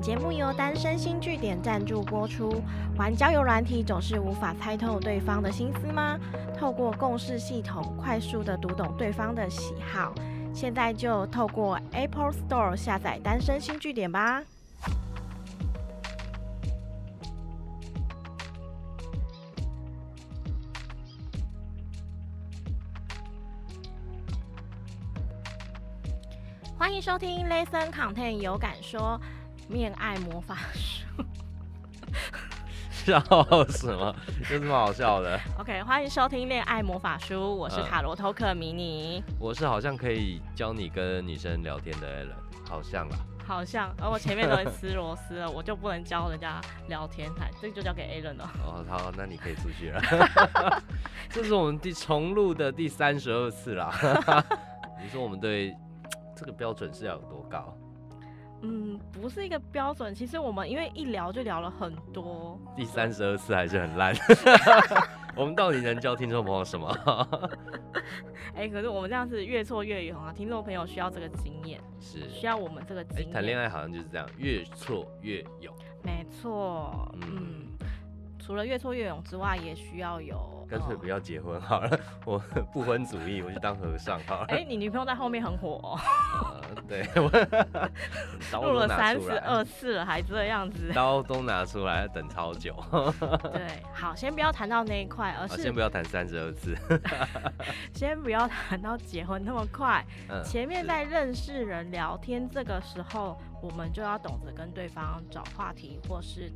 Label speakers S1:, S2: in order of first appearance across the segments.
S1: 节目由单身新据点赞助播出。玩交友软体总是无法猜透对方的心思吗？透过共识系统，快速的读懂对方的喜好。现在就透过 Apple Store 下载单身新据点吧。欢迎收听 Lesson Content 有感说恋爱魔法书。
S2: 笑什么？有什么好笑的？
S1: OK，欢迎收听恋爱魔法书，我是
S2: 嗯
S1: 塔罗偷客迷你。
S2: 我是好像可以教你跟女生聊天的 a l 好像啊啦。
S1: 好像，呃而、我前面都会吃螺丝了，我就不能教人家聊天谈，这个就交给 Alan 了。
S2: 哦，好，那你可以出去了。 这是我们第重录的第三十二次啦。 你说我们对这个标准是要有多高？
S1: 嗯，不是一个标准，其实我们因为一聊就聊了很多，
S2: 第三十二次还是很烂。 我们到底能教听众朋友什么？
S1: 哎、可是我们这样子越挫越勇啊，听众朋友需要这个经验，
S2: 是，
S1: 需要我们这个经
S2: 哎，
S1: 验。
S2: 谈恋爱好像就是这样，越挫越勇。
S1: 没错，嗯
S2: 嗯，
S1: 除了越挫越勇之外，也需要 有。
S2: 干脆
S1: 呃
S2: 不要结婚好了，我不婚主义，我去当和尚好了。
S1: 哎、你女朋友在后面很火、哦，
S2: 呃对，我刀
S1: 录
S2: 都
S1: 了
S2: 拿
S1: 三
S2: 出
S1: 十
S2: 来，
S1: 二次了，还这样子。
S2: 刀都拿出来，等超久。
S1: 对，好，先不要谈到那一块，而
S2: 好，
S1: 哦是
S2: 先不要谈三十二次，
S1: 先不要谈到结婚那么快。
S2: 嗯，
S1: 前面
S2: 是
S1: 在认识人、聊天这个时候，我们就要懂得跟对方找话题，或是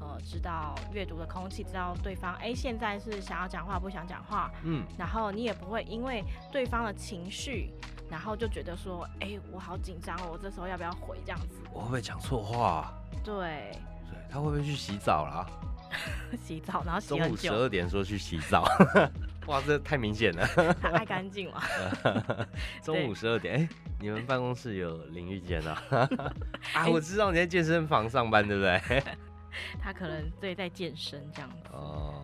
S1: 呃，知道阅读的空气，知道对方哎、诶现在是想要讲话，不想讲话。
S2: 嗯，
S1: 然后你也不会因为对方的情绪，然后就觉得说，哎、我好紧张哦，我这时候要不要回这样子？
S2: 我会不会讲错话？啊
S1: 对，
S2: 对，他会不会去洗澡啦？
S1: 洗澡然后洗
S2: 中
S1: 很
S2: 午十
S1: 久，
S2: 二点说去洗 澡，哇，这太明显了。
S1: 他爱干净嘛。
S2: 中午十二点，哎、你们办公室有淋浴间啊？ 啊，我知道你在健身房上班，对不对？
S1: 他可能对在健身这样子。
S2: 哦，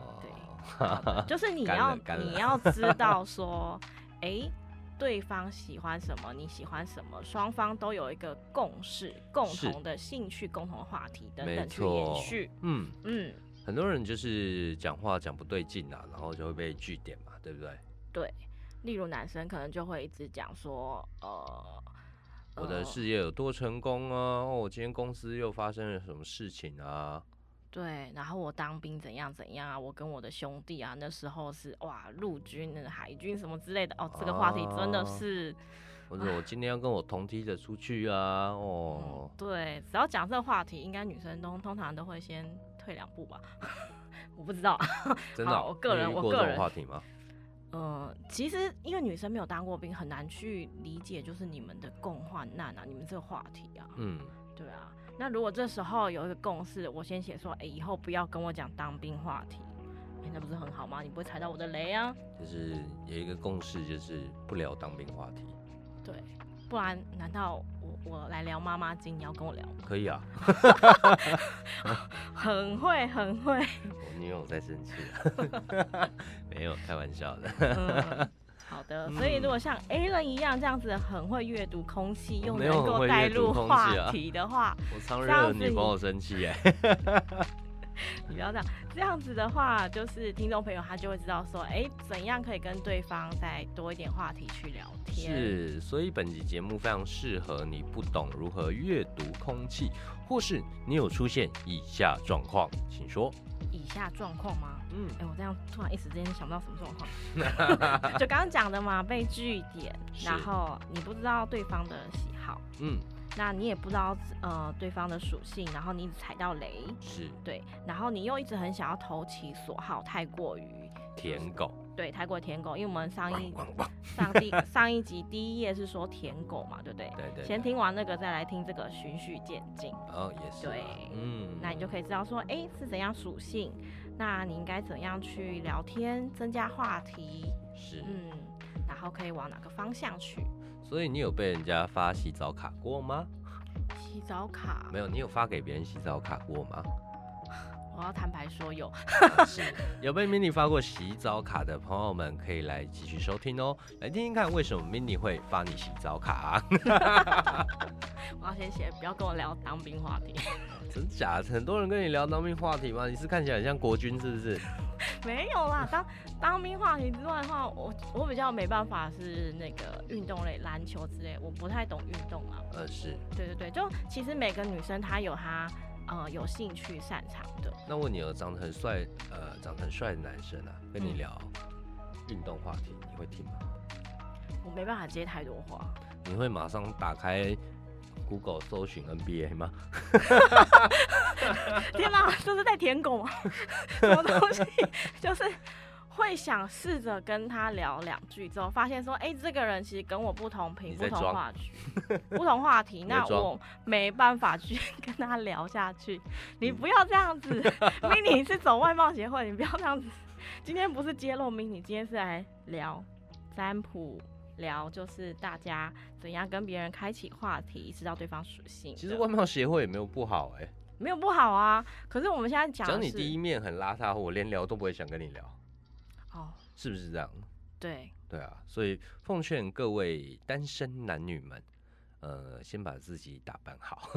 S1: 好的 就是你
S2: 干
S1: 要
S2: 了干了
S1: 你要知道 说，诶，对方喜欢什么，你喜欢什么，双方都有一个共识、共
S2: 是
S1: 同的兴趣、共同的话题等
S2: 没
S1: 等去延
S2: 错
S1: 续。
S2: 嗯，
S1: 嗯，
S2: 很多人就是讲话讲不对劲啊，然后就会被据点嘛，对不对？
S1: 对。例如男生可能就会一直讲说，呃，
S2: 我的
S1: 呃
S2: 事业有多成功啊？哦，我今天公司又发生了什么事情啊？
S1: 对，然后我当兵怎样怎样啊，我跟我的兄弟啊，那时候是哇，陆军、海军什么之类的哦，这个话题真的
S2: 哦
S1: 是，
S2: 或者我今天要跟我同梯的出去啊？哦
S1: 嗯，，对，只要讲这个话题，应该女生都通常都会先退两步吧， 我不知道，
S2: 真的哦、
S1: 好我个人
S2: 你有遇
S1: 我
S2: 过
S1: 个
S2: 这
S1: 人
S2: 种话题吗？
S1: 嗯，其实因为女生没有当过兵，很难去理解就是你们的共患难啊，你们这个话题啊，
S2: 嗯，
S1: 对啊，那如果这时候有一个共识，我先写说，哎、以后不要跟我讲当兵话题。哎那不是很好吗？你不会踩到我的雷啊！
S2: 就是有一个共识，就是不聊当兵话题，
S1: 对，不然难道我我来聊妈妈经，你要跟我聊吗？
S2: 可以啊。
S1: 很会，很会。
S2: 我女友在生气啊， 没有开玩笑的。
S1: 嗯，好的。所以如果像 A 人一样这样子很会阅读空气，又
S2: 没有
S1: 能
S2: 很
S1: 够
S2: 会
S1: 带
S2: 阅读
S1: 入
S2: 空
S1: 话
S2: 气啊
S1: 题的话，
S2: 我常
S1: 这样
S2: 惹
S1: 子
S2: 女
S1: 你
S2: 朋友生气哎、
S1: 你不要这样。这样子的话，就是听众朋友他就会知道说，哎、怎样可以跟对方再多一点话题去聊天。，
S2: 是，所以本集节目非常适合你不懂如何阅读空气，或是你有出现以下状况，请说。
S1: 以下状况吗？
S2: 嗯，
S1: 哎、我这样突然一时之间想不到什么状况， 就刚刚讲的嘛，被据点，
S2: 是
S1: 然后你不知道对方的喜好。
S2: 嗯，
S1: 那你也不知道呃对方的属性，然后你一直踩到雷，
S2: 是
S1: 对，然后你又一直很想要投其所好，太过于
S2: 舔狗。
S1: 对太过舔狗，因为我们上一
S2: 汪汪汪
S1: 上第上一集第一页是说舔狗嘛，对不对？
S2: 对对
S1: 先听完那个再来听这个循序渐进，
S2: 哦，也是啊。
S1: 对
S2: 嗯
S1: 那你就可以知道说，哎、是怎样属性，那你应该怎样去聊天，增加话题，
S2: 是。
S1: 嗯，然后可以往哪个方向去。
S2: 所以你有被人家发洗澡卡过吗？
S1: 洗澡卡，
S2: 没有，你有发给别人洗澡卡过吗？
S1: 我要坦白说有，
S2: 是有被 mini 发过洗澡卡的朋友们，可以来继续啊收听哦，来听听看为什么 mini 会发你洗澡卡、
S1: 我要好，谢谢，不要跟我聊当兵话题。
S2: 真假？很多人跟你聊当兵话题吗？你是看起来很像国军是不 是？
S1: 没有啦，当当兵话题之外的话，我我比较没办法是那个运动类，篮球之类，我不太懂运动啊。
S2: 呃，是。
S1: 对对对，就其实每个女生她有她呃有兴趣擅长的，
S2: 那问你哦，长得很帅，呃，长得很帅的男生啊，跟你
S1: 嗯
S2: 聊运动话题，你会听吗？
S1: 我没办法接太多话。
S2: 你会马上打开 Google 搜寻 NBA 吗？
S1: 天哪，这是在舔狗吗？ 什么东西？ 就是会想试着跟他聊两句之后，发现说，哎、这个人其实跟我不同频、
S2: 你
S1: 不
S2: 在
S1: 同
S2: 装
S1: 话题、不同话题，
S2: 在
S1: 那
S2: 装
S1: 我没办法去 跟他聊下去。你
S2: 嗯
S1: 不要这样子 ，mini 是走外貌协会，你不要这样子。今天不是揭露 mini，今天是来聊占卜。聊就是大家怎样跟别人开启话题，知道对啊方属性的。
S2: 其实外貌协会也没有不好哎、
S1: 没有不好啊，可是我们现在讲
S2: 只要
S1: 的
S2: 你
S1: 是
S2: 第一面很邋遢，我连聊都不会想跟你聊，
S1: 哦，
S2: 是不是这样？
S1: 对，
S2: 对啊，所以奉劝各位单身男女们，呃，先把自己打扮好。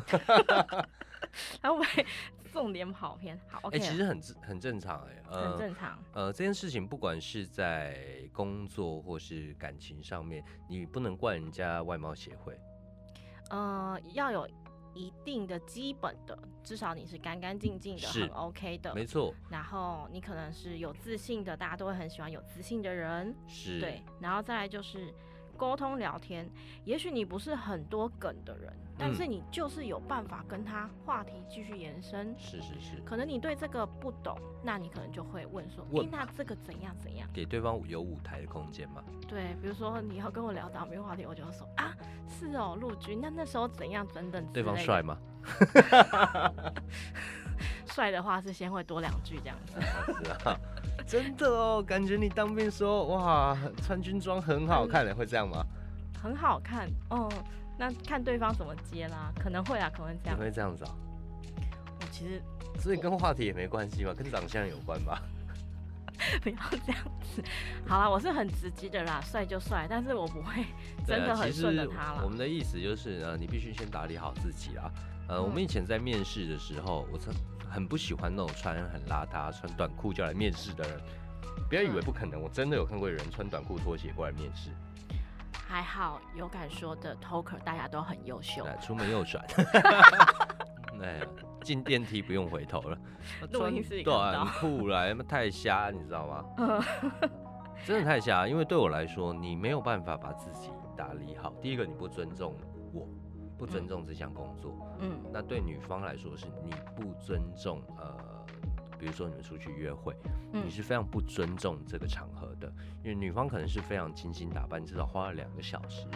S1: 他会不 会重点跑偏。好
S2: 哎、
S1: ，OK，、
S2: 其实很自很正常哎、
S1: 很
S2: 呃
S1: 正常。
S2: 呃，这件事情不管是在工作或是感情上面，你不能怪人家外貌协会。
S1: 呃，要有一定的基本的，至少你是干干净净的，
S2: 是
S1: 很 OK 的。
S2: 没错，
S1: 然后你可能是有自信的，大家都会很喜欢有自信的人。
S2: 是，
S1: 对，然后再来就是沟通聊天，也许你不是很多梗的人，但
S2: 嗯
S1: 是你就是有办法跟他话题继续延伸。
S2: 是是是，
S1: 可能你对这个不懂，那你可能就会问说：“诶
S2: 问，
S1: 那这个怎样怎样？”
S2: 给对方有舞台的空间嘛。
S1: 对，比如说你要跟我聊当兵话题，我就会说啊，是哦，陆军，那那时候怎样等等之
S2: 对方
S1: 类的
S2: 帅，吗？
S1: 帅的话是先会多两句这样子。
S2: 是啊，真的哦，感觉你当兵时候哇，穿军装很
S1: 嗯
S2: 好看的，会这样吗？
S1: 很好看哦。那看对方怎么接啦，可能会啊，可能会这
S2: 你
S1: 样。
S2: 会这样子啊、
S1: 我其实
S2: 所以跟话题也没关系吧，跟长相有关吧？
S1: 不要这样子。好啦，我是很直接的啦，帅就帅，但是我不会真
S2: 对
S1: 的
S2: 啊
S1: 很
S2: 其
S1: 顺着
S2: 实
S1: 他
S2: 我
S1: 啦。
S2: 们的意思就是呢，你必须先打理好自己啦。呃，
S1: 嗯
S2: 我们以前在面试的时候，我曾很不喜欢那种穿很邋遢、穿短裤就来面试的人。不要以为
S1: 嗯
S2: 不可能，我真的有看过有人穿短裤拖鞋过来面试，
S1: 还好有敢说的 Toker，大家都很优秀，
S2: 对，出门 右转，哎，进电梯不用回头了。 啊
S1: 录
S2: 穿
S1: 音室也看不
S2: 短
S1: 到。嗯
S2: 裤来，那太瞎，你知道吗？ 真的太瞎，因为对我来说，你没有办法把自己打理好。第一个，你不尊重我，不尊重这项工作。
S1: 嗯
S2: 那对女方来说，是你不尊重呃，比如说你们出去约会，你
S1: 嗯
S2: 是非常不尊重这个场合的，因为女方可能是非常精心打扮，至少花了两个小时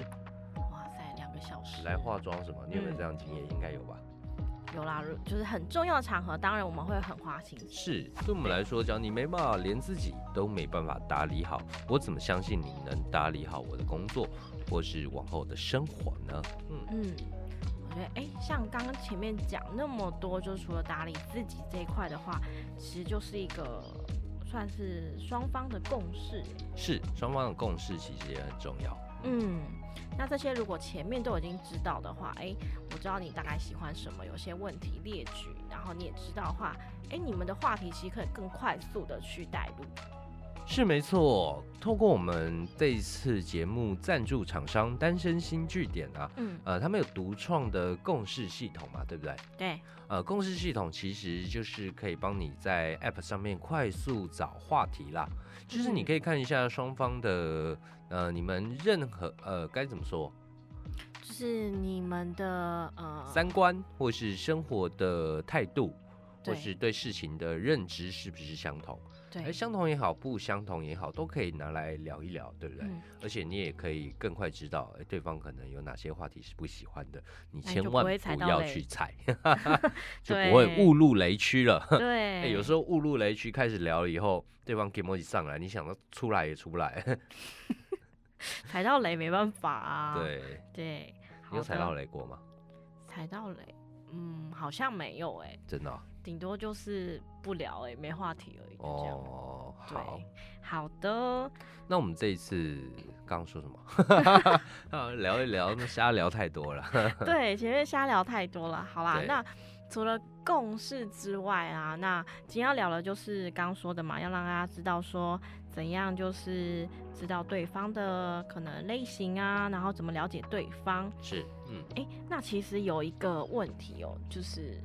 S1: 哇塞，两个小时
S2: 来化妆什么。你有没有
S1: 嗯
S2: 这样经验？应该有吧。
S1: 有啦，如就是很重要的场合，当然我们会很花心思。
S2: 是，对我们来说讲，你没办法连自己都没办法打理好，我怎么相信你能打理好我的工作，或是往后的生活呢？嗯，
S1: 嗯，我觉得哎、诶像刚刚前面讲那么多，就除了打理自己这一块的话，其实就是一个算是双方的共识。
S2: 是，双方的共识其实也很重要。
S1: 嗯，那这些如果前面都已经知道的话，哎、我知道你大概喜欢什么，有些问题列举，然后你也知道的话，哎、你们的话题其实可以更快速的去带入。
S2: 是没错，透过我们这一次节目赞助厂商单身新据点啊，
S1: 嗯，
S2: 呃，他们有独创的共识系统嘛，对不对？
S1: 对，
S2: 呃，共识系统其实就是可以帮你在 App 上面快速找话题啦，就是你
S1: 嗯
S2: 可以看一下双方的呃，你们任何呃该怎么说
S1: 就是你们的呃，
S2: 三观或是生活的态度，或
S1: 对
S2: 是对事情的认知是不是相同？而
S1: 对，
S2: 相同也好，不相同也好，都可以拿来聊一聊，对不对？
S1: 嗯，
S2: 而且你也可以更快知道，哎，对方可能有哪些话题是不喜欢的，你
S1: 那你
S2: 千
S1: 就不
S2: 万
S1: 会踩
S2: 不
S1: 到
S2: 要
S1: 雷
S2: 去 踩，就不会误入雷区了。
S1: 嗯对，
S2: 哎、有时候误入雷区开始聊了以后，对方 g a m o 上来，你想到出来也出不来，
S1: 踩到雷没办法啊。
S2: 对，
S1: 对，
S2: 你
S1: 好
S2: 有踩
S1: 的
S2: 到雷过吗？
S1: 踩到雷，嗯，好像没有哎、
S2: 真的啊
S1: 欸顶多就是不聊哎、没话题而已，就这样。
S2: 哦，哦
S1: 对
S2: 好，
S1: 好的，
S2: 那我们这一次刚刚说什么？ 啊聊一聊，那瞎聊太多 了。
S1: 对，前面瞎聊太多了。好啦，
S2: 对
S1: 那除了共识之外啊，那今天要聊的就是刚说的嘛，要让大家知道说怎样就是知道对方的可能类型啊，然后怎么了解对方。
S2: 是，嗯，
S1: 诶，那其实有一个问题哦，就是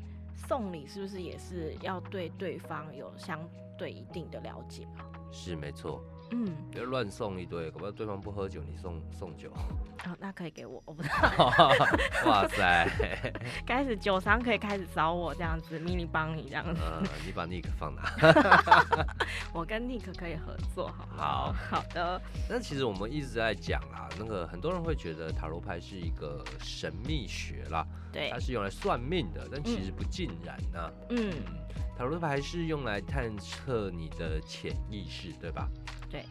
S1: 送礼是不是也是要对对方有相对一定的了解啊？
S2: 是没错，
S1: 嗯，
S2: 不要乱送一堆，搞不好对方不喝酒，你送 送酒。
S1: 啊、那可以给我，我不
S2: 哇塞，
S1: 开始酒商可以开始找我这样子，迷你帮你这样子。
S2: 呃，你把 Nick 放哪？
S1: 我跟 Nick 可以合作，好不
S2: 好
S1: 好的，
S2: 那其实我们一直在讲啊，那个很多人会觉得塔罗牌是一个神秘学啦，
S1: 对
S2: 它，是用来算命的，但其实不尽然呐、
S1: 嗯，
S2: 塔罗牌是用来探测你的潜意识，对吧？
S1: 对。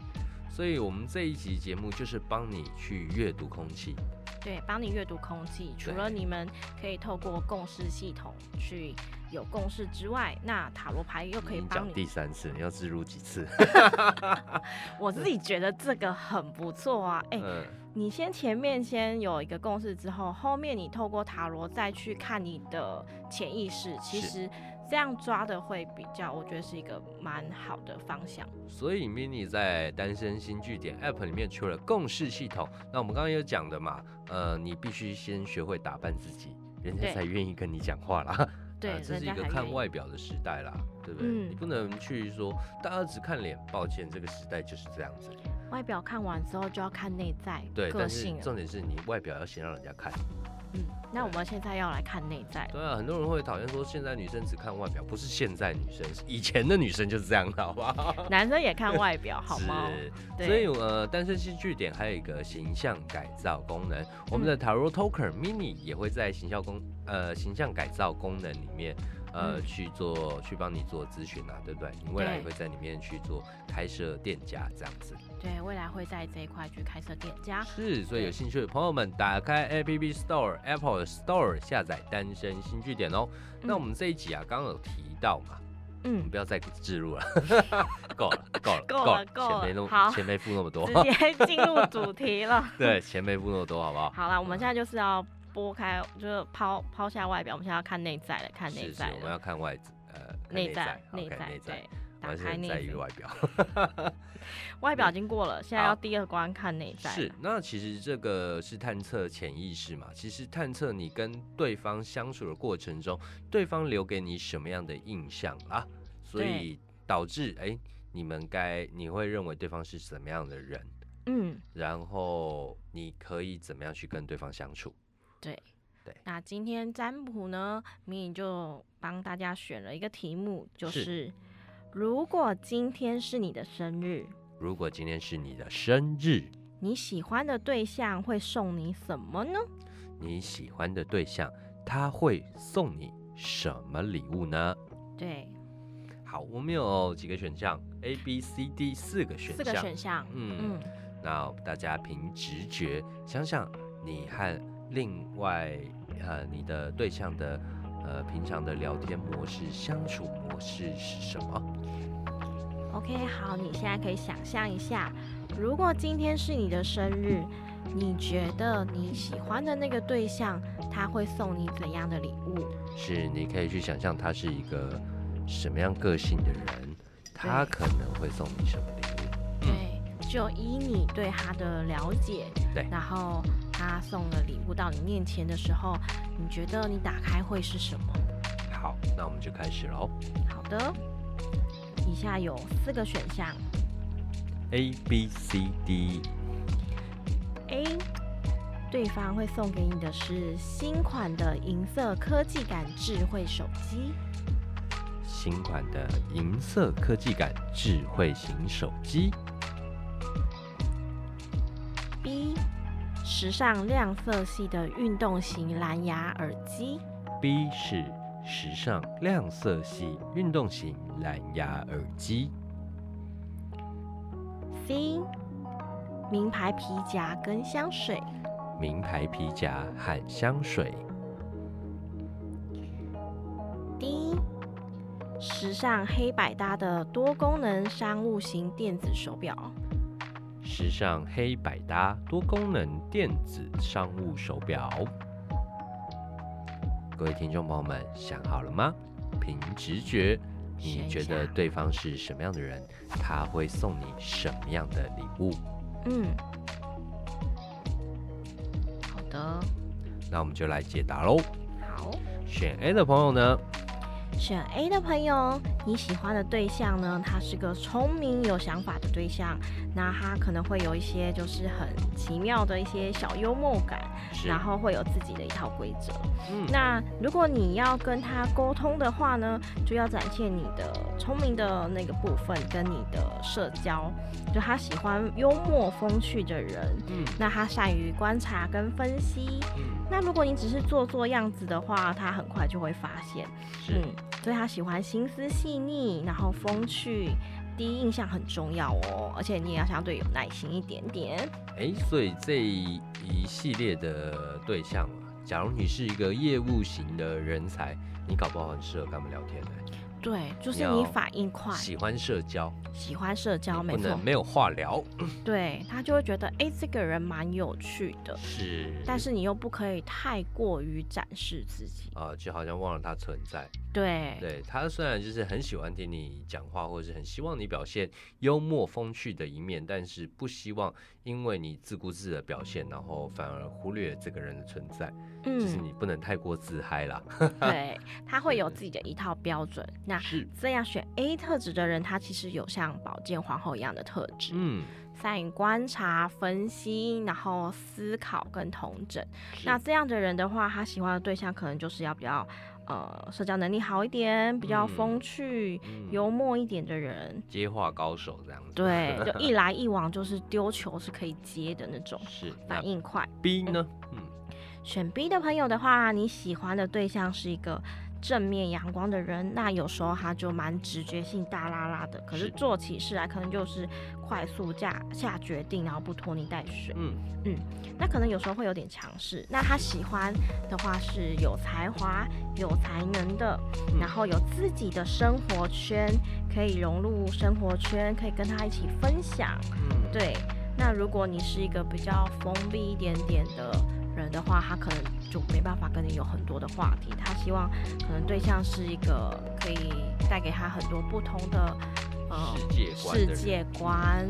S2: 所以我们这一集节目就是帮你去阅读空气，
S1: 对，帮你阅读空气。除
S2: 对
S1: 了你们可以透过共识系统去有共识之外，那塔罗牌又可
S2: 已
S1: 以
S2: 经
S1: 帮
S2: 嗯讲
S1: 你。
S2: 第三次，你要植入几次？
S1: 我自己觉得这个很不错啊！哎、
S2: 嗯，
S1: 你先前面先有一个共识之后，后面你透过塔罗再去看你的潜意识，其
S2: 是
S1: 实这样抓的会比较，我觉得是一个蛮好的方向。
S2: 所以 mini 在单身新据点 App 里面除了共识系统，那我们刚刚有讲的嘛，呃，你必须先学会打扮自己，人家
S1: 对
S2: 才愿意跟你讲话啦。
S1: 对，
S2: 呃这
S1: 人
S2: 是一
S1: 家
S2: 个
S1: 还愿
S2: 看
S1: 意
S2: 外表的时代啦，对不对？
S1: 嗯
S2: 你不能去说大家只看脸，抱歉，这个时代就是这样子。
S1: 外表看完之后就要看内在
S2: 对，
S1: 个
S2: 但是
S1: 性了。啊
S2: 重点是你外表要先让人家看。
S1: 嗯，那我们现在要来看内在了。
S2: 对啊，很多人会讨厌说现在女生只看外表，不是现在女生，是以前的女生就是这样的，好不好？
S1: 男生也看外表，好吗？
S2: 是，
S1: 对
S2: 所以呃，单身新据点还有一个形象改造功能，我
S1: 嗯
S2: 们的 Tarot Toker Mini 也会在形象功呃形象改造功能里面。呃，
S1: 嗯
S2: 去做去帮你做咨询啊，对不对？你未来
S1: 对
S2: 也会在里面去做开设店家这样子。
S1: 对，未来会在这一块去开设店家。
S2: 是，所
S1: 啊
S2: 以
S1: 对
S2: 有兴趣的朋友们，打开 App Store、Apple Store 下载《单身新据点》哦。那我们这一集啊，刚刚有提到嘛，我
S1: 嗯
S2: 们，不要再 置入了，够了，够了，
S1: 够了够
S2: 钱
S1: 了
S2: 没那
S1: 好
S2: 么，钱没付那么多，
S1: 直接进入主题了。
S2: 对，钱没付那么多，好不好？
S1: 好啦，我们现在就是要拨开，就是抛抛下外表，我们现在要看内在了，看内
S2: 是是，
S1: 在
S2: 我们
S1: 了，
S2: 要看外在，呃，看
S1: 内
S2: 在，好
S1: 内
S2: 看
S1: 在
S2: 内，在
S1: 对，，
S2: 我
S1: 打
S2: 还是
S1: 开
S2: 很
S1: 内
S2: 在意
S1: 在。
S2: 外表。
S1: 外表已经过了，现在
S2: 好
S1: 要第二关看内在。
S2: 是，，那其实这个是探测潜意识嘛，其实探测你跟对方相处的过程中，对方留给你什么样的印象啦，所
S1: 对
S2: 以导致哎、你们该你会认为对方是什么样的人，
S1: 嗯，
S2: 然后你可以怎么样去跟对方相处。
S1: 对。
S2: 对
S1: 那今天占卜呢，米米就帮大家选了一个题目，就是
S2: 是
S1: 如果今天是你的生日，
S2: 如果今天是你的生日，
S1: 你喜欢的对象会送你什么呢？
S2: 你喜欢的对象他会送你什么礼物呢？
S1: 对，
S2: 好，我们有几个选项，A、B、C、D 四个选
S1: 四
S2: 项。
S1: 个选项。
S2: 嗯那大家凭直觉想想，你和另外呃你的对象的呃平常的聊天模式、相处模式是什么？
S1: 嗯，OK，好，你现在可以想象一下，如果今天是你的生日，你觉得你喜欢的那个对象他会送你怎样的礼物？
S2: 是你可以去想象他是一个什么样个性的人，他
S1: 对
S2: 可能会送你什么礼物？
S1: 对，就依你对他的了解，
S2: 对
S1: 然后他送了礼物到你面前的时候，你觉得你打开会是什么？
S2: 好，那我们就开始喽。
S1: 好的，以下有四个选项
S2: A B C D，
S1: ：A，对方会送给你的是新款的银色科技感智慧手机；
S2: 新款的银色科技感智慧型手机。
S1: B，时尚亮色系的运动型蓝牙耳机
S2: B 是时尚亮色系运动型蓝牙耳机
S1: ；C，名牌皮夹跟香水。
S2: 名牌皮夹和香水。
S1: D，时时尚黑百搭的多功能商务型电子手表。
S2: 时尚黑百搭多功能电子商务手表。各位听众朋友们，想好了吗？凭直觉，你
S1: 选
S2: 觉得
S1: 项
S2: 对方是什么样的人？他会送你什么样的礼物？
S1: 嗯，
S3: 好的，
S2: 那我们就来解答喽。
S3: 好，
S2: 选 A 的朋友呢，
S1: 选 A 的朋友，你喜欢的对象呢？他是个聪明有想法的对象，那他可能会有一些就是很奇妙的一些小幽默感，
S2: 是，
S1: 然后会有自己的一套规则。
S2: 嗯，
S1: 那如果你要跟他沟通的话呢，就要展现你的聪明的那个部分跟你的社交，就他喜欢幽默风趣的人，
S2: 嗯
S1: 那他善于观察跟分析。
S2: 嗯，
S1: 那如果你只是做做样子的话，他很快就会发现。
S2: 是
S1: 嗯，所以他喜欢心思细腻，然后风趣。第一印象很重要哦，而且你也要相对有耐心一点点。
S2: 哎，所以这一系列的对象啊，假如你是一个业务型的人才，你搞不好很适合跟他们聊天的、
S1: 对，就是
S2: 要
S1: 你反应快，
S2: 喜欢社交，
S1: 喜欢社交，
S2: 你
S1: 没
S2: 不
S1: 错
S2: 能，没有话聊，
S1: 对他就会觉得，哎、这个人蛮有趣的，
S2: 是，
S1: 但是你又不可以太过于展示自己。
S2: 啊、就好像忘了他存在。
S1: 对，
S2: 对他虽然就是很喜欢听你讲话，或者是很希望你表现幽默风趣的一面，但是不希望因为你自顾自的表现，然后反而忽略这个人的存在。就是
S1: 嗯，
S2: 你不能太过自嗨啦。
S1: 对，他会有
S2: 是
S1: 自己的一套标准。那
S2: 是，
S1: 这样选 A 特质的人，他其实有像宝剑皇后一样的特质，
S2: 嗯，
S1: 善于观察、分析，然后思考跟同整。
S2: 是
S1: 那这样的人的话，他喜欢的对象可能就是要比较呃社交能力好一点，比较
S2: 嗯
S1: 风趣、
S2: 嗯
S1: 幽默一点的人。
S2: 接话高手这样子。
S1: 对，就一来一往，就是丢球是可以接的那种，
S2: 是。啊那
S1: 反应快。
S2: B 呢？嗯，
S1: 选 B 的朋友的话，你喜欢的对象是一个正面阳光的人，那有时候他就蛮直觉性大拉拉的，可是
S2: 是
S1: 做起事来可能就是快速下下决定，然后不拖泥带水，
S2: 嗯，
S1: 那可能有时候会有点强势。那他喜欢的话是有才华、有才能的，
S2: 嗯
S1: 然后有自己的生活圈，可以融入生活圈，可以跟他一起分享。
S2: 嗯，
S1: 对，那如果你是一个比较封闭一点点的人的话，他可能就没办法跟你有很多的话题。他希望可能对象是一个可以带给他很多不同的呃世
S2: 世界观的人
S1: 界观，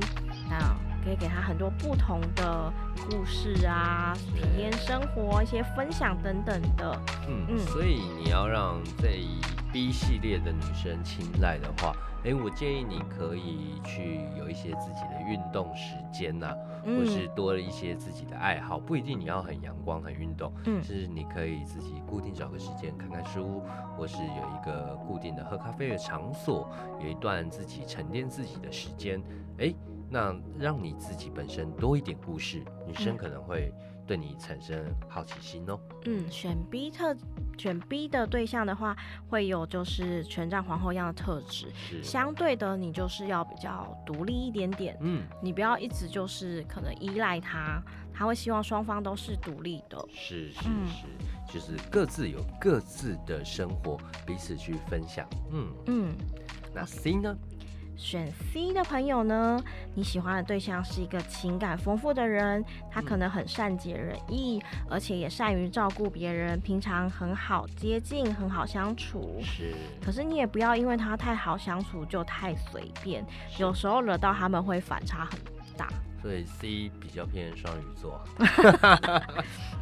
S1: 那可以给他很多不同的故事啊，体验生活一些分享等等的。
S2: 嗯，
S1: 嗯
S2: 所以你要让这一 B 系列的女生青睐的话，诶，我建议你可以去有一些自己的运动时间呐、或是
S1: 嗯
S2: 多了一些自己的爱好，不一定你要很阳光、很运动，
S1: 嗯
S2: 就是你可以自己固定找个时间看看书，或是有一个固定的喝咖啡的场所，有一段自己沉淀自己的时间，诶，那让你自己本身多一点故事，女生
S1: 嗯
S2: 可能会对你产生好奇心哦。
S1: 嗯，选 B 特选 B 的对象的话，会有就是权杖皇后一样的特质。
S2: 是，
S1: 相对的，你就是要比较独立一点点，
S2: 嗯，
S1: 你不要一直就是可能依赖他，他会希望双方都是独立的。
S2: 是是
S1: 嗯
S2: 是，就是各自有各自的生活，彼此去分享。嗯，
S1: 嗯，
S2: 那 C 呢？
S1: 选 C 的朋友呢，你喜欢的对象是一个情感丰富的人，他可能很善解人意，而且也善于照顾别人，平常很好接近，很好相处。
S2: 是
S1: 可是你也不要因为他太好相处就太随便，
S2: 是
S1: 有时候惹到他们会反差很大。
S2: 所以 C 比较偏双鱼座。啊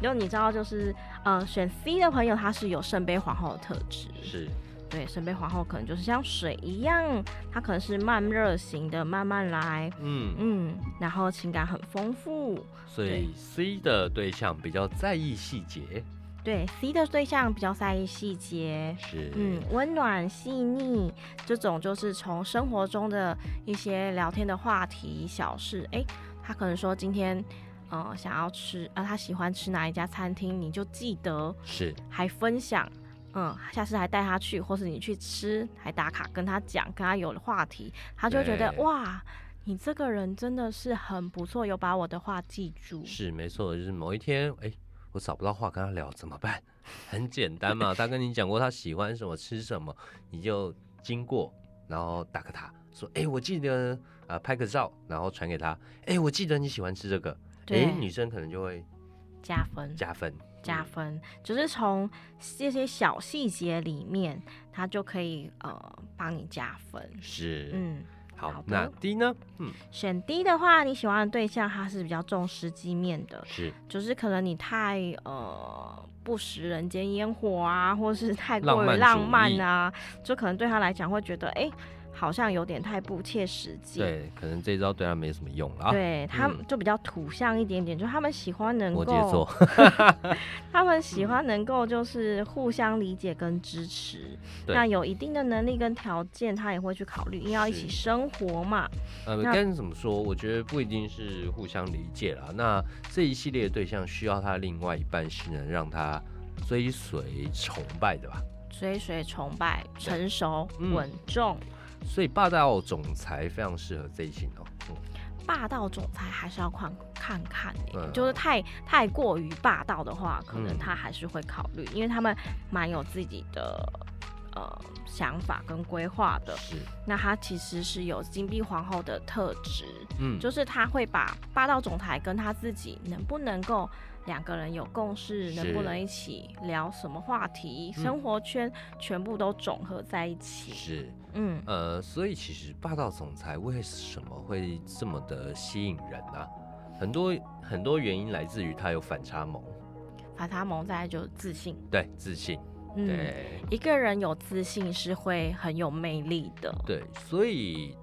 S1: 就你知道，就是呃，选 C 的朋友他是有圣杯皇后的特质，
S2: 是，
S1: 对，圣杯皇后可能就是像水一样，它可能是慢热型的，慢慢来，
S2: 嗯，
S1: 嗯，然后情感很丰富。
S2: 所以 C 的对象比较在意细节。
S1: 对 C 的对象比较在意细节，
S2: 是，
S1: 嗯，温暖细腻这种就是从生活中的一些聊天的话题小事，诶，他可能说今天。呃，想要吃啊，他喜欢吃哪一家餐厅，你就记得，
S2: 是，
S1: 还分享，嗯，下次还带他去，或是你去吃，还打卡跟他讲，跟他有话题，他就会觉得
S2: 对
S1: 哇，你这个人真的是很不错，有把我的话记住。
S2: 是没错，就是某一天，哎、我找不到话 跟他聊怎么办？很简单嘛，他跟你讲过他喜欢什么吃什么，你就经过，然后打个卡，说：“哎、我记得啊、呃拍个照，然后传给他。哎、我记得你喜欢吃这个。哎、
S1: 对，
S2: 女生可能就会
S1: 加分
S2: 加分，
S1: 加
S2: 嗯
S1: 分，就是从这些小细节里面，他就可以呃帮你加分。
S2: 是，
S1: 嗯，好
S2: 好
S1: 的。
S2: 那 D 呢？嗯，
S1: 选 D 的话，你喜欢的对象他是比较重实际面的，
S2: 是
S1: 就是可能你太呃不食人间烟火啊，或 是太过于
S2: 浪
S1: 浪
S2: 漫主义
S1: 漫啊，就可能对他来讲会觉得，哎、好像有点太不切实际。
S2: 对，可能这招对他没什么用了啊。
S1: 对他
S2: 嗯
S1: 就比较土象一点点，就他们喜欢能
S2: 摩羯
S1: 够
S2: 座， 嗯
S1: 他们喜欢能够就是互相理解跟支持。
S2: 对
S1: 那有一定的能力跟条件，他也会去考虑，因为要一起
S2: 是
S1: 生活嘛。
S2: 呃，
S1: 那
S2: 该怎么说？我觉得不一定是互相理解啦。那这一系列的对象需要他另外一半是能让他追随崇拜的吧？
S1: 追随崇拜、
S2: 对
S1: 成熟、
S2: 嗯
S1: 稳重、
S2: 所以霸道总裁非常适合这一型哦。嗯
S1: 霸道总裁，还是要看看看欸、
S2: 嗯
S1: 就是太太过于霸道的话，可能
S2: 嗯
S1: 他还是会考虑，因为他们蛮有自己的呃想法跟规划的。
S2: 是，
S1: 那他其实是有金碧皇后的特质，
S2: 嗯，
S1: 就是他会把霸道总裁跟他自己能不能够两个人有共识，
S2: 是
S1: 能不能一起聊什么话题，
S2: 嗯
S1: 生活圈全部都总合在一起。
S2: 是，
S1: 嗯，
S2: 呃，所以其实霸道总裁为什么会这么的吸引人呢、很多很多原因来自于他有反差萌，
S1: 反差萌再来就是自信，
S2: 对，自信，
S1: 嗯，
S2: 对、
S1: 一个人有自信是会很有魅力的，
S2: 对，所以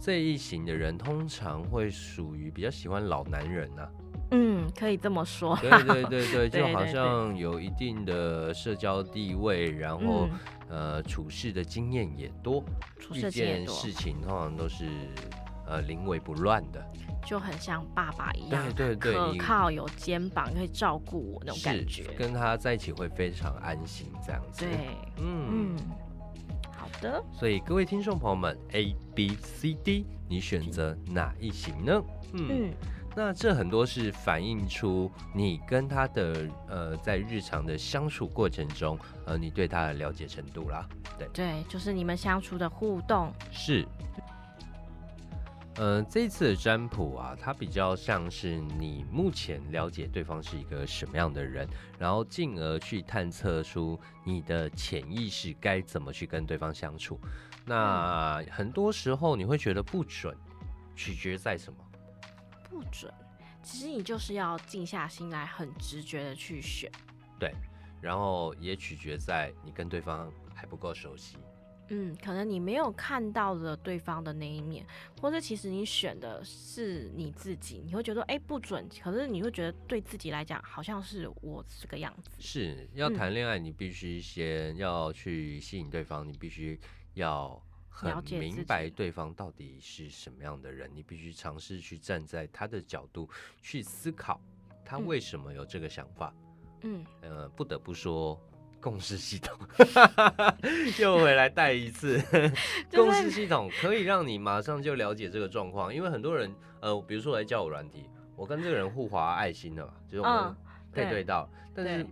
S2: 这一型的人通常会属于比较喜欢老男人 呐、
S1: 嗯，可以这么说。
S2: 对对 对对，就
S1: 对
S2: 好
S1: 对对
S2: 像有一定的社交地位，然后、
S1: 嗯
S2: 呃处事的经验也多，
S1: 出
S2: 一
S1: 事情也
S2: 件
S1: 多，
S2: 事情通常都是呃临危不乱的，
S1: 就很像爸爸一样，
S2: 对对对
S1: 可
S2: 你
S1: 靠有肩膀可以照顾我那种感
S2: 是
S1: 觉。
S2: 跟他在一起会非常安心这样子。
S1: 对，
S2: 嗯
S1: 嗯，好的，
S2: 所以各位听众朋友们，A B C D，你选择哪一型呢？嗯，
S1: 嗯，
S2: 那这很多是反映出你跟他的呃在日常的相处过程中，呃你对他的了解程度啦。
S1: 对，就是你们相处的互动，
S2: 是。呃，这一次的占卜啊，它比较像是你目前了解对方是一个什么样的人，然后进而去探测出你的潜意识该怎么去跟对方相处。那很多时候你会觉得不准，取决在什么？
S1: 不准。其实你就是要静下心来，很直觉的去选。
S2: 然后也取决在你跟对方还不够熟悉。
S1: 嗯，可能你没有看到了对方的那一面，或者其实你选的是你自己，你会觉得哎、不准，可是你会觉得对自己来讲好像是我这个样子。
S2: 是要
S1: 嗯
S2: 谈恋爱，你必须先要去吸引对方，你必须要很
S1: 了解自
S2: 明白
S1: 己
S2: 对方到底是什么样的人，你必须尝试去站在他的角度去思考，他
S1: 嗯
S2: 为什么有这个想法。
S1: 嗯，
S2: 呃，不得不说。共识系统 又回来带一次，
S1: 就
S2: 共识
S1: 是
S2: 系统可以让你马上就了解这个状况，因为很多人，呃，比如说来叫我软体，我跟这个人互划爱心的嘛，就是我们
S1: 嗯
S2: 配
S1: 对
S2: 对到，但是
S1: 对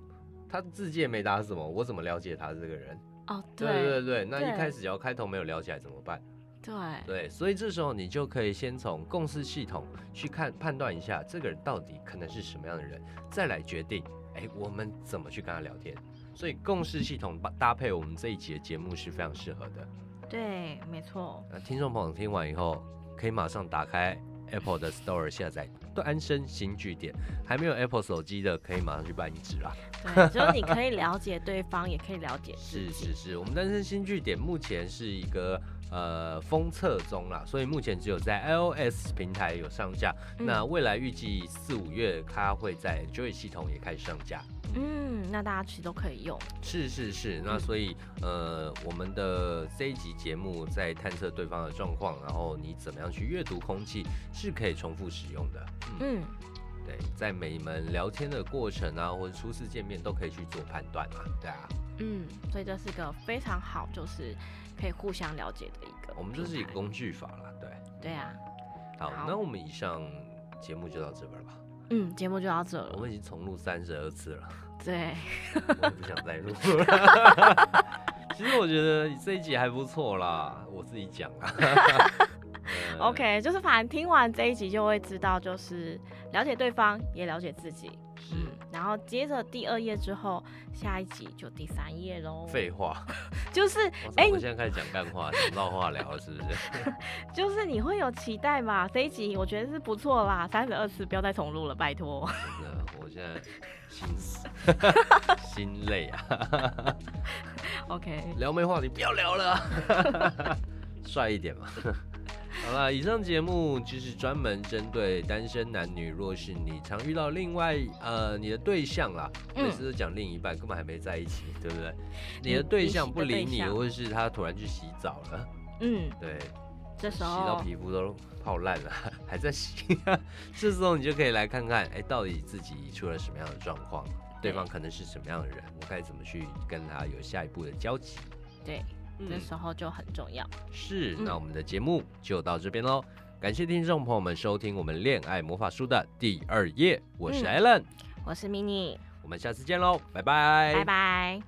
S2: 他字界没打什么，我怎么了解他这个人？
S1: 哦，
S2: 对
S1: 对
S2: 对，那一
S1: 对
S2: 开始只要开头没有聊起来怎么办？
S1: 对
S2: 对，所以这时候你就可以先从共识系统去看判断一下这个人到底可能是什么样的人，再来决定，哎，我们怎么去跟他聊天。所以共识系统搭搭配我们这一集的节目是非常适合的。
S1: 对，没错，
S2: 那听众朋友听完以后，可以马上打开 Apple 的 Store 下载《安身新据点》，还没有 Apple 手机的可以马上去办一支啦。
S1: 对，就是你可以了解对方，也可以了解自
S2: 是
S1: 己。
S2: 是是，我们单身新据点目前是一个呃封测中啦，所以目前只有在 iOS 平台有上架。
S1: 嗯
S2: 那未来预计四五月它会在 Joy 系统也开始上架。
S1: 嗯，那大家其实都可以用。
S2: 是是是，那
S1: 嗯
S2: 所以呃，我们的这一集节目在探测对方的状况，然后你怎么样去阅读空气，是可以重复使用的。嗯，
S1: 嗯，
S2: 对，在每你们聊天的过程啊，或者初次见面都可以去做判断啊。对啊，
S1: 嗯，所以这是个非常好，就是可以互相了解的一个。
S2: 我们这是一个。工具法啦，对。
S1: 对啊，
S2: 好，
S1: 好
S2: 那我们以上节目就到这边了吧。
S1: 嗯，节目就到这
S2: 我
S1: 了。
S2: 们已 经重录三十二次了，
S1: 对，
S2: 我也不想再录了。其实我觉得这一集还不错啦，我自己讲 啊。嗯
S1: OK，就是反正听完这一集就会知道，就是了解对方，也了解自己。
S2: 是
S1: 嗯，然后接着第二页之后，下一集就第三页喽。
S2: 废话。
S1: 就是
S2: 哎，
S1: 哎
S2: 我们现在开始讲干话，讲到话聊了，是不 是？
S1: 就是你会有期待嘛？这一集我觉得是不错啦，三十二次不要再重录了，拜托。
S2: 真的，我现在心 死，心累啊！
S1: OK，
S2: 撩妹话题不要聊了啊， 帅一点嘛。好了，以上节目就是专门针对单身男女，若是你常遇到另外呃你的对象啦，
S1: 嗯
S2: 每次都讲另一半，根本还没在一起，对不对？嗯你的对象不
S1: 你
S2: 理你，
S1: 的对象
S2: 或者是他突然去洗澡了，
S1: 嗯，
S2: 对，
S1: 这
S2: 洗
S1: 时
S2: 到
S1: 候
S2: 皮肤都泡烂了，还在洗、这时候你就可以来看看，哎，到底自己出了什么样的状况，对
S1: 对
S2: 方可能是什么样的人，我该怎么去跟他有下一步的交集？
S1: 对，
S2: 嗯
S1: 这时候就很重要。
S2: 是，
S1: 嗯
S2: 那我们的节目就到这边喽。感谢听众朋友们收听我们《恋爱魔法书》的第二页，我是
S1: 嗯
S2: Allen，、
S1: 我是 mini，
S2: 我们下次见喽，拜拜，
S1: 拜拜。